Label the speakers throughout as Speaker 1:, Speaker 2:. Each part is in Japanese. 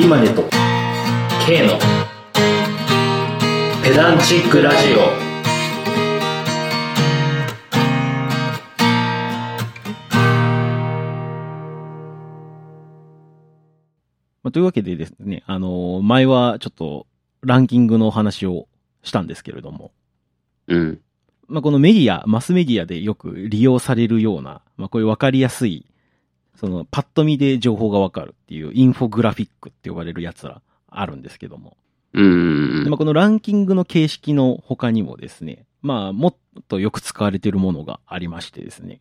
Speaker 1: 有馬ネと
Speaker 2: K のペダンチックラジオ
Speaker 3: まあ、というわけでですね、あのー前はちょっとランキングのお話をしたんですけれども、
Speaker 4: うん。
Speaker 3: まあ、このメディア、マスメディアでよく利用されるような、まあ、こういうわかりやすい、そのパッと見で情報がわかるっていうインフォグラフィックって呼ばれるやつらあるんですけども、
Speaker 4: うんうん
Speaker 3: で
Speaker 4: うん。
Speaker 3: まあ、このランキングの形式の他にもですね、まあ、もっとよく使われているものがありましてですね、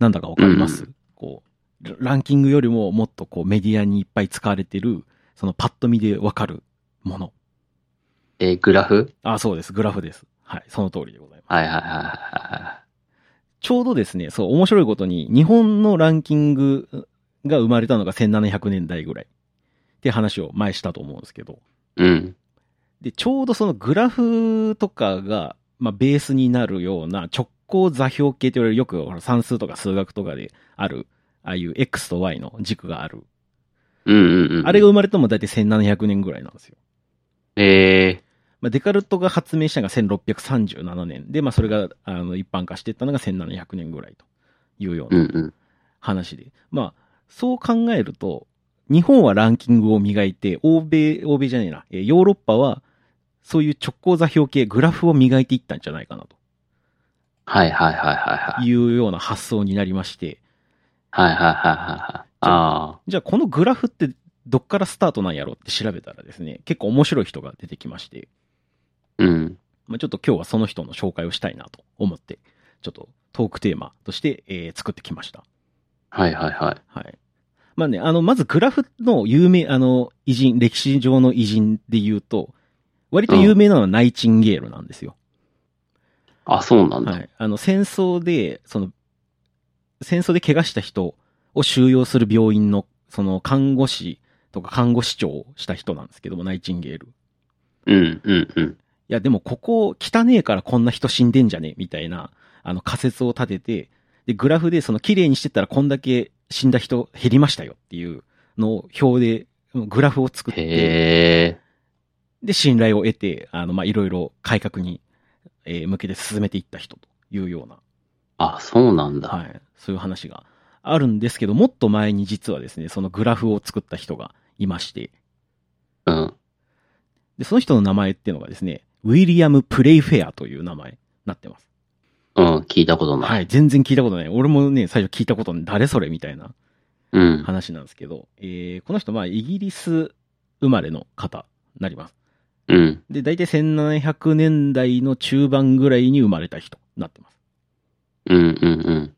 Speaker 3: なんだかわかります、
Speaker 4: う
Speaker 3: こう、ラランキングよりももっとこうメディアにいっぱい使われてる、そのパッと見でわかるもの。
Speaker 4: えーグラフ
Speaker 3: あ、そうです。グラフです。はい。その通りでございます。
Speaker 4: はいはいはいはいは
Speaker 3: ちょうどですね、そう、面白いことに、日本のランキングが生まれたのが1700年代ぐらいって話を前したと思うんですけど、
Speaker 4: い。うん。
Speaker 3: で、ちょうどそのグラフとかが、まあ、ベースになるような直行座標系と言われる、よくほら算数とか数学とかである、ああいう X と Y の軸がある。
Speaker 4: うんうんうん。
Speaker 3: あれが生まれたのも大体1700年ぐらいなんですよ。
Speaker 4: え
Speaker 3: まあ、デカルトが発明したのが1637年で、まあ、それがあの一般化していったのが1700年ぐらいというよう
Speaker 4: ー、う
Speaker 3: なん
Speaker 4: うん。
Speaker 3: 話で。まあ、そう考えると、日本はランキングを磨いて、欧米、欧米じゃねえな、えーヨーロッパは、そういう直行座標系、グラフを磨いていったんじゃないかなと
Speaker 4: はいはいはいはいはい。
Speaker 3: いうような発想になりまして、
Speaker 4: はいはいはいはいはい。ああ。
Speaker 3: じゃあこのグラフってどっからスタートなんやろって調べたらですね、結構面白い人が出てきまして、
Speaker 4: うん。
Speaker 3: まあ、ちょっと今日はその人の紹介をしたいなと思って、ちょっとトークテーマとして、えー作ってきました。
Speaker 4: はいはいはい。
Speaker 3: はい。まあね、あの、まずグラフの有名、あの、偉人、歴史上の偉人で言うと、割と有名なのはナイチンゲールなんですよ。
Speaker 4: あ、そうなんだ。
Speaker 3: はい。あの、戦争で、その、戦争で怪我した人を収容する病院の、その、看護師とか看護師長をした人なんですけども、ナイチンゲール。い
Speaker 4: うんうんうん。
Speaker 3: や、でもここ、汚ねえからこんな人死んでんじゃねえみたいな、あの、仮説を立てて、で、グラフで、その、綺麗にしてったらこんだけ死んだ人減りましたよっていうのを表で、グラフを作って、
Speaker 4: へえ。
Speaker 3: で、信頼を得て、あの、まあ、いろいろ改革に、えー向けて進めていった人というような、
Speaker 4: あ、そうなんだ。
Speaker 3: はい、そういう話があるんですけど、もっと前に実はですね、そのグラフを作った人がいまして、
Speaker 4: うん。
Speaker 3: で、その人の名前っていうのがですね、ウィリアム・プレイフェアという名前になってます。
Speaker 4: うん。聞いたことない。
Speaker 3: はい、全然聞いたことない。俺もね、最初聞いたことない。誰それみたいな
Speaker 4: うん。
Speaker 3: 話なんですけど、えーこの人、まあ、イギリス生まれの方になります。
Speaker 4: うん。
Speaker 3: で、大体1700年代の中盤ぐらいに生まれた人になってます。
Speaker 4: うんうん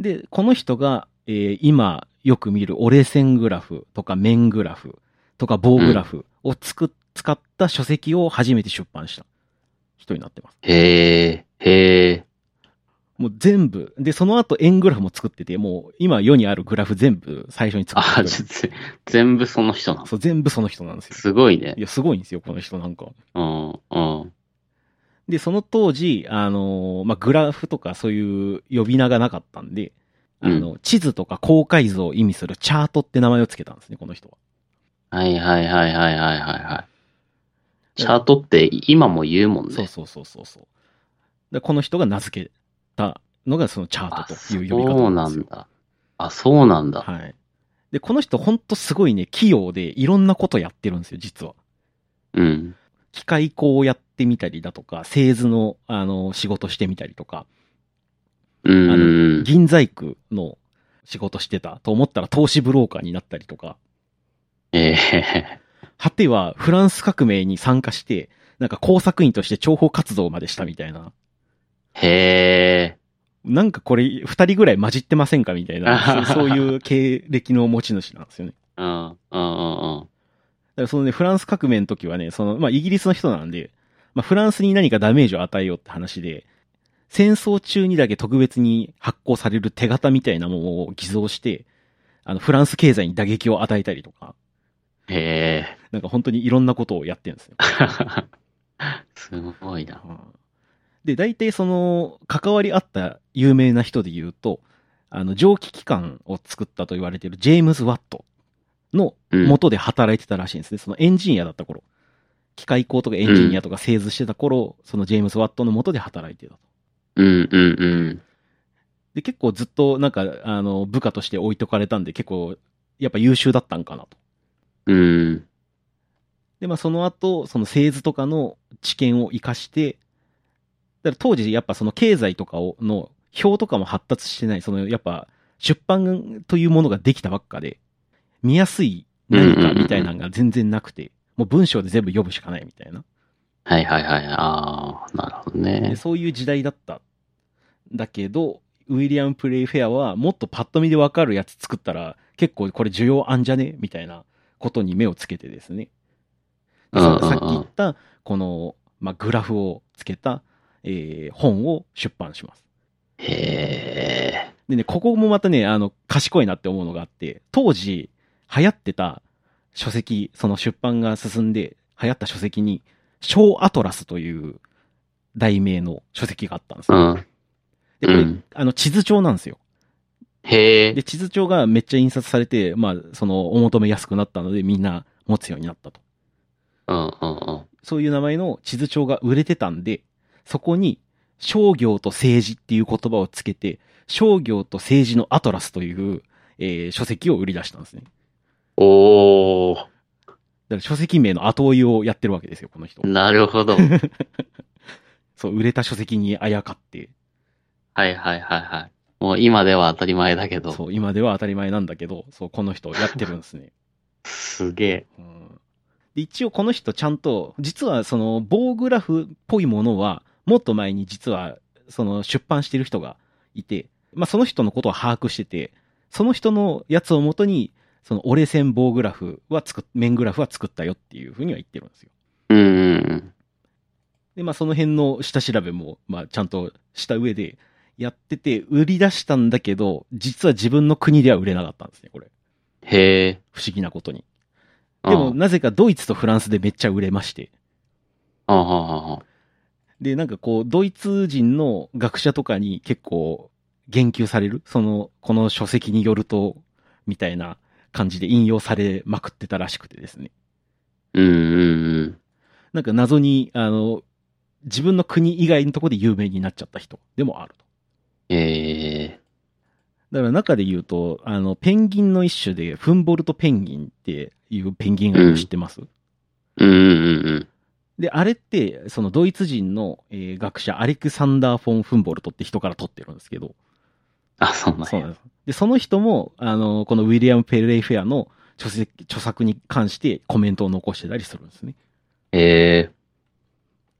Speaker 3: で、この人が、えー今よく見る折れ線グラフとか面グラフとか棒グラフをつく、使った書籍を初めて出版した人になってます。
Speaker 4: うん。へえ。へえ。
Speaker 3: もう全部。で、その後円グラフも作ってて、もう今世にあるグラフ全部最初に作って
Speaker 4: あ、
Speaker 3: る。
Speaker 4: ちょっと、全部その人なの。
Speaker 3: そう、全部その人なんですよ。
Speaker 4: すごいね
Speaker 3: い。や、すごいんですよ、この人なんか。
Speaker 4: うん。うん。
Speaker 3: で、その当時、あのーまあ、グラフとかそういう呼び名がなかったんで、あの、地図とか高解像を意味するチャートって名前をつけたんですね、この人は。
Speaker 4: はいはいはいはいはいはいはい。チャートって今も言うもん
Speaker 3: そう
Speaker 4: ね。
Speaker 3: そうそうそうそう。で、この人が名付けたのがそのチャー
Speaker 4: あ、
Speaker 3: トと
Speaker 4: そ
Speaker 3: いう呼び方
Speaker 4: う
Speaker 3: な
Speaker 4: なん
Speaker 3: です
Speaker 4: ん
Speaker 3: よ。
Speaker 4: だ。あ、そうなんだ。
Speaker 3: はい。で、この人ほんとすごいね、器用でいろんなことやってるんですよ、実は。
Speaker 4: うん。
Speaker 3: 機械工をやってみたりだとか、製図の、あの、仕事してみたりとか、
Speaker 4: うん
Speaker 3: あ
Speaker 4: う
Speaker 3: の
Speaker 4: ん。
Speaker 3: 銀細工の仕事してたと思ったら投資ブローカーになったりとか、
Speaker 4: ええ
Speaker 3: 果てはフランス革命に参加して、なんか工作員として諜報活動までしたみたいな。
Speaker 4: へえ。
Speaker 3: なんかこれ、二人ぐらい混じってませんかみたいな、そうそういう経歴の持ち主なんですよね。
Speaker 4: うん。うんうんうん。
Speaker 3: だからそのね、フランス革命の時はね、その、まあ、イギリスの人なんで、まあ、フランスに何かダメージを与えようって話で、戦争中にだけ特別に発行される手形みたいなものを偽造して、あの、フランス経済に打撃を与えたりとか、
Speaker 4: へえ。
Speaker 3: なんか本当にいろんなことをやってるんですよ。
Speaker 4: すごいな。
Speaker 3: で、大体その、関わりあった有名な人で言うと、あの、蒸気機関を作ったと言われているジェームズ・ワット。の
Speaker 4: うん。
Speaker 3: 元で働いてたらしいんですね。そのエンジニアだった頃。機械工とかエンジニアとか製図してた頃、そのジェームス・ワットの元で働いてたと。
Speaker 4: うんうんうん。
Speaker 3: で、結構ずっとなんか、あの、部下として置いとかれたんで、結構、やっぱ優秀だったんかなと。
Speaker 4: うん。
Speaker 3: で、まあその後、その製図とかの知見を活かして、だから当時やっぱその経済とかを、の表とかも発達してない、そのやっぱ出版というものができたばっかで、見やすい何かみたいなのが全然なくて、もう文章で全部読むしかないみたいな。
Speaker 4: はいはいはい。ああ、なるほど
Speaker 3: で
Speaker 4: ね。
Speaker 3: そういう時代だった。だけど、ウィリアム・プレイフェアはもっとパッと見でわかるやつ作ったら結構これ需要あんじゃねみたいなことに目をつけてですね。で
Speaker 4: うんうん
Speaker 3: さ
Speaker 4: うん
Speaker 3: さっき言った、この、まあ、グラフをつけた、えー本を出版します。
Speaker 4: へえ。
Speaker 3: でね、ここもまたね、あの、賢いなって思うのがあって、当時流行ってた書籍、その出版が進んで流行った書籍に、小アトラスという題名の書籍があったんです
Speaker 4: う
Speaker 3: よ。
Speaker 4: ん。
Speaker 3: で、これ、
Speaker 4: うん
Speaker 3: あの、地図帳なんですよ。
Speaker 4: へえ
Speaker 3: で、。地図帳がめっちゃ印刷されて、まあ、その、お求めやすくなったので、みんな持つようになったと。
Speaker 4: うんうんうん。
Speaker 3: そういう名前の地図帳が売れてたんで、そこに商業と政治っていう言葉をつけて、商業と政治のアトラスという、えー書籍を売り出したんですね。
Speaker 4: おお
Speaker 3: だから書籍名の後追いをやってるわけですよ、この人。
Speaker 4: なるほど。
Speaker 3: そう、売れた書籍にあやかって、
Speaker 4: はいはいはいはい。もう今では当たり前だけど、
Speaker 3: そう、今では当たり前なんだけど、そう、この人やってるんですね。
Speaker 4: すげえ。
Speaker 3: うんで一応この人ちゃんと、実はその棒グラフっぽいものは、もっと前に実はその出版してる人がいて、まあその人のことは把握してて、その人のやつをもとに、その折れ線棒グラフは作っ、面グラフは作ったよっていうふうには言ってるんですよ。
Speaker 4: うんうん
Speaker 3: で、まあその辺の下調べも、まあちゃんとした上でやってて、売り出したんだけど、実は自分の国では売れなかったんですね、これ。
Speaker 4: うん。へえ。
Speaker 3: 不思議なことに。
Speaker 4: う
Speaker 3: で
Speaker 4: ん
Speaker 3: もなぜかドイツとフランスでめっちゃ売れまして。
Speaker 4: うんうんうんうん
Speaker 3: で、なんかこう、ドイツ人の学者とかに結構言及されるその、この書籍によると、みたいな感じで引用されまくってたらしくてですね。
Speaker 4: うんうんうん。
Speaker 3: なんか謎に、あの、自分の国以外のところで有名になっちゃった人でもあると。
Speaker 4: へえ。
Speaker 3: だから中で言うと、あの、ペンギンの一種で、フンボルトペンギンっていうペンギンがいるの知ってます、
Speaker 4: うんうんうん。
Speaker 3: で、あれって、そのドイツ人の、えー学者、アレクサンダー・フォン・フンボルトって人から取ってるんですけど、
Speaker 4: あ、そんなんや
Speaker 3: そうなんです。で、その人も、あの、このウィリアム・ペレイフェアの著作著作に関してコメントを残してたりするんですね。
Speaker 4: へえ。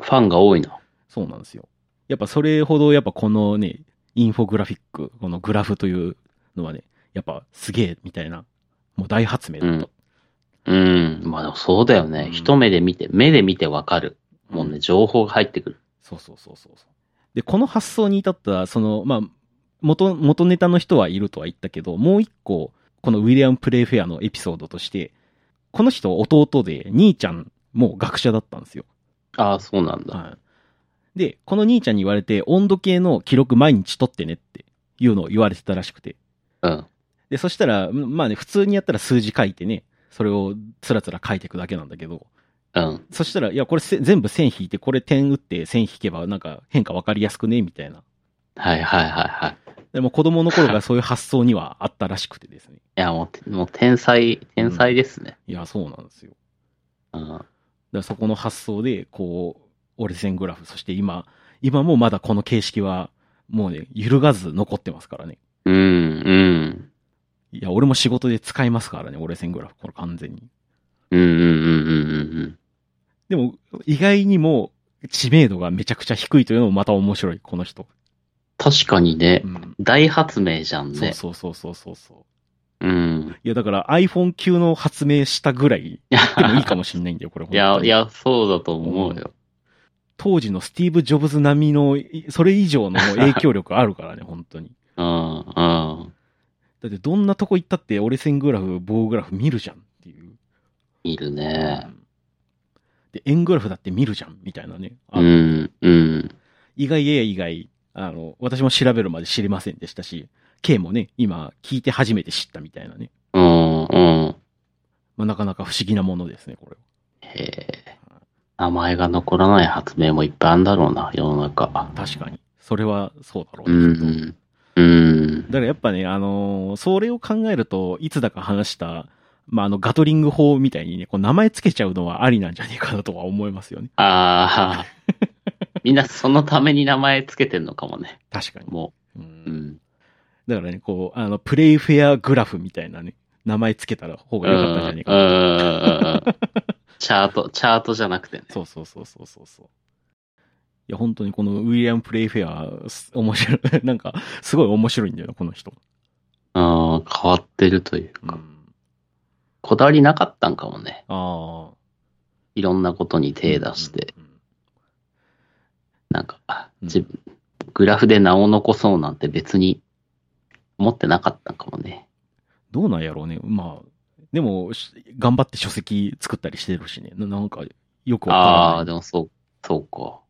Speaker 4: ファンが多いな。
Speaker 3: そうなんですよ。やっぱそれほど、やっぱこのね、インフォグラフィック、このグラフというのはね、やっぱすげえみたいな、もう大発明だった。
Speaker 4: うん。まあでもそうだよね。
Speaker 3: うん
Speaker 4: 一目で見て、目で見てわかる。もう
Speaker 3: う
Speaker 4: ね、
Speaker 3: ん
Speaker 4: 情報が入ってくる。
Speaker 3: そうそうそうそうそう。で、この発想に至った、その、まあ、元、元ネタの人はいるとは言ったけど、もう一個、このウィリアム・プレイフェアのエピソードとして、この人弟で、兄ちゃんも学者だったんですよ。
Speaker 4: ああ、そうなんだ。
Speaker 3: はい。で、この兄ちゃんに言われて、温度計の記録毎日取ってねっていうのを言われてたらしくて。
Speaker 4: うん。
Speaker 3: で、そしたら、うんまあね、普通にやったら数字書いてね、それをつらつら書いていくだけなんだけど、
Speaker 4: うん。
Speaker 3: そしたら、いや、これせ全部線引いて、これ点打って線引けばなんか変化わかりやすくねみたいな。
Speaker 4: はいはいはいはい。
Speaker 3: でも子供の頃からそういう発想にはあったらしくてですね。
Speaker 4: いや、もう、もう天才、天才ですね。
Speaker 3: いや、そうなんですよ。
Speaker 4: うん。
Speaker 3: だからそこの発想で、こう、折れ線グラフ、そして今、今もまだこの形式は、もうね、揺るがず残ってますからね。
Speaker 4: うん、うん。
Speaker 3: いや、俺も仕事で使いますからね、折れ線グラフ、これ完全に。
Speaker 4: うん、うん、うん、うん、うん。
Speaker 3: でも、意外にも知名度がめちゃくちゃ低いというのもまた面白い、この人。
Speaker 4: 確かにね
Speaker 3: う、ん。
Speaker 4: 大発明じゃん
Speaker 3: そう
Speaker 4: ね。
Speaker 3: そうそうそうそうそう。
Speaker 4: うん。
Speaker 3: いや、だから iPhone 級の発明したぐらい
Speaker 4: いや
Speaker 3: でもいいかもしんないんだよ、これ。
Speaker 4: いや
Speaker 3: 本、当
Speaker 4: い
Speaker 3: に、
Speaker 4: や、そうだと思うよ。
Speaker 3: 当時のスティーブ・ジョブズ並みの、いそれ以上の影響力あるからね、本当に。
Speaker 4: うん、うん。
Speaker 3: だってどんなとこ行ったって折れ線グラフ、棒グラフ見るじゃんっていう。
Speaker 4: いるね
Speaker 3: う。んで、円グラフだって見るじゃん、みたいなね。あ
Speaker 4: う
Speaker 3: の
Speaker 4: ん、うん。
Speaker 3: 意外や意外、あの、私も調べるまで知りませんでしたし、K もね、今聞いて初めて知ったみたいなね。
Speaker 4: うん、うん。
Speaker 3: まあ、なかなか不思議なものですね、これは。
Speaker 4: へえ。名前が残らない発明もいっぱいあるんだろうな、世の中。
Speaker 3: 確かに。それはそうだろ
Speaker 4: う
Speaker 3: うなきっと
Speaker 4: ん。うん。
Speaker 3: だからやっぱね、あのーそれを考えると、いつだか話した、まあ、あの、ガトリング法みたいにね、こう名前つけちゃうのはありなんじゃねえかなとは思いますよね。
Speaker 4: ああ。みんなそのために名前つけてんのかもね。
Speaker 3: 確かに。
Speaker 4: も
Speaker 3: う。
Speaker 4: う。うんん。
Speaker 3: だからね、こう、あの、プレイフェアグラフみたいなね、名前つけたら方
Speaker 4: う
Speaker 3: が良かったんじゃねえかな。
Speaker 4: ん。うん。チャート、チャートじゃなくてね。
Speaker 3: そうそうそうそうそうそう。いや、本当にこのウィリアム・プレイフェア、す面白い、 なんか、すごい面白いんだよな、この人。
Speaker 4: うん。変わってるという
Speaker 3: うん。
Speaker 4: か。こだわりなかったんかもね。
Speaker 3: ああ。
Speaker 4: いろんなことに手出して。
Speaker 3: うんうんうん。
Speaker 4: なんか、
Speaker 3: うん
Speaker 4: 自分、グラフで名を残そうなんて別に思ってなかったんかもね。
Speaker 3: どうなんやろうね。まあ、でも、し頑張って書籍作ったりしてるしね。ななんか、よくわ
Speaker 4: ああ
Speaker 3: か
Speaker 4: ー、
Speaker 3: る。
Speaker 4: でもそう、そうか。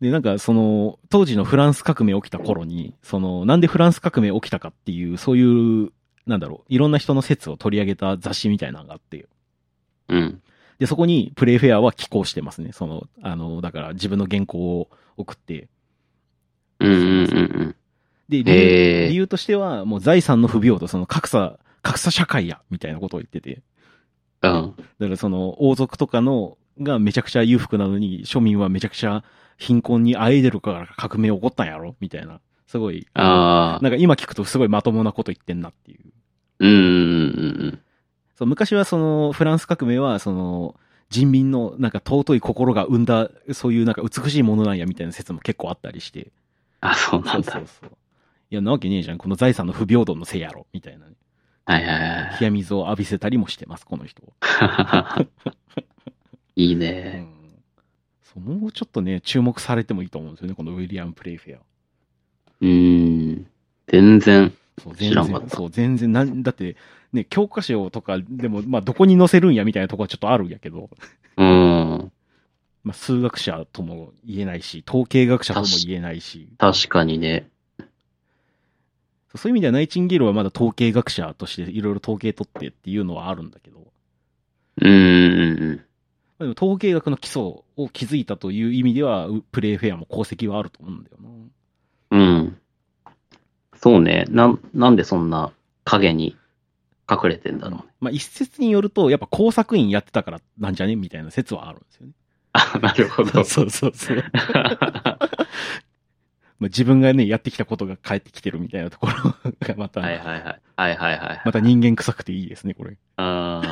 Speaker 3: で、なんか、その、当時のフランス革命起きた頃に、その、なんでフランス革命起きたかっていう、そういう、なんだろう、いろんな人の説を取り上げた雑誌みたいなのがあって、
Speaker 4: うん。
Speaker 3: で、そこにプレイフェアは寄稿してますね。その、あの、だから自分の原稿を送って。
Speaker 4: うんうんうん
Speaker 3: で、
Speaker 4: う
Speaker 3: 理由
Speaker 4: ん。へ
Speaker 3: 理
Speaker 4: え。
Speaker 3: 由としては、もう財産の不平等、その格差、格差社会や、みたいなことを言ってて。
Speaker 4: うん。
Speaker 3: だからその、王族とかの、がめちゃくちゃ裕福なのに、庶民はめちゃくちゃ貧困にあえいでるから革命起こったんやろみたいな。すごい。
Speaker 4: ああ。
Speaker 3: なんか今聞くとすごいまともなこと言ってんなっていう。
Speaker 4: うんうん
Speaker 3: そう昔はそのフランス革命はその人民のなんか尊い心が生んだそういうなんか美しいものなんやみたいな説も結構あったりして。
Speaker 4: あ、そうな
Speaker 3: そ
Speaker 4: ん
Speaker 3: うそ
Speaker 4: だ
Speaker 3: う。そう。いや、なわけねえじゃん。この財産の不平等のせいやろ。みたいなね。
Speaker 4: はいはい
Speaker 3: 冷や水を浴びせたりもしてます、この人。
Speaker 4: はい。いいうね。
Speaker 3: ん。そう、もうちょっとね、注目されてもいいと思うんですよね、このウィリアム・プレイフェア。
Speaker 4: うん。全然。
Speaker 3: そう、
Speaker 4: 知らんかった
Speaker 3: そう、全然、なん、だって、ね、教科書とかでも、まあ、どこに載せるんやみたいなとこはちょっとあるんやけど、
Speaker 4: うん。
Speaker 3: まあ、数学者とも言えないし、統計学者とも言えないし、
Speaker 4: 確かにね。
Speaker 3: そうそういう意味ではナイチンゲールはまだ統計学者としていろいろ統計取ってっていうのはあるんだけど、
Speaker 4: うんうんうん。
Speaker 3: まあでも統計学の基礎を築いたという意味では、うプレイフェアも功績はあると思うんだよな。
Speaker 4: うん。そうね。なん、なんでそんな影に隠れてんだろうね。
Speaker 3: まあ一説によると、やっぱ工作員やってたからなんじゃねみたいな説はあるん ですよね。
Speaker 4: あ、なるほど。
Speaker 3: そうそうそう。 まあ自分がね、やってきたことが返ってきてるみたいなところがまた、
Speaker 4: はいはいはい。はいはいはい。
Speaker 3: また人間臭くていいですね、これ。
Speaker 4: あ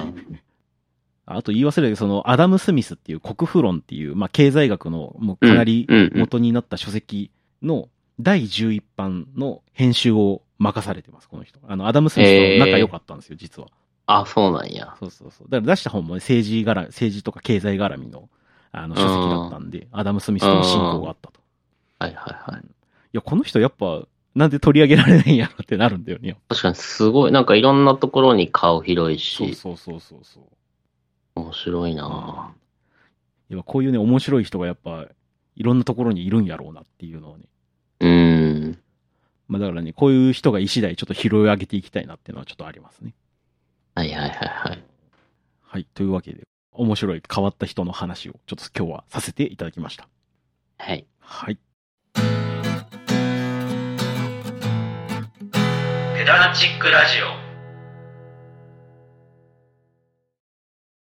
Speaker 3: あと言い忘れたけど、そのアダム・スミスっていう国富論っていう、まあ経済学のもうかなり
Speaker 4: うんうんうん
Speaker 3: 元になった書籍の第11版の編集を任されてます、この人。あの、アダム・スミスと仲良かったんですよ、実は。
Speaker 4: あ、そうなんや。
Speaker 3: そうそうそう。だから出した本もね政治絡み、政治とか経済絡みの、あの、書籍だったんで、アダム・スミスとの進行があったと。
Speaker 4: はいはいはい。
Speaker 3: いや、この人やっぱ、なんで取り上げられないんやろってなるんだよね。
Speaker 4: 確かにすごい、なんかいろんなところに顔広い
Speaker 3: そう
Speaker 4: し、
Speaker 3: そうそうそうそう。
Speaker 4: 面白いな
Speaker 3: やっぱこういうね、面白い人がやっぱ、いろんなところにいるんやろうなっていうのをね。
Speaker 4: うん。
Speaker 3: まあだからね、こういう人が石代ちょっと拾い上げていきたいなっていうのはちょっとありますね。
Speaker 4: はいはいはいはい。
Speaker 3: はい。というわけで、面白い変わった人の話をちょっと今日はさせていただきました。
Speaker 4: はい。
Speaker 3: はい。
Speaker 2: ペダナチックラジオ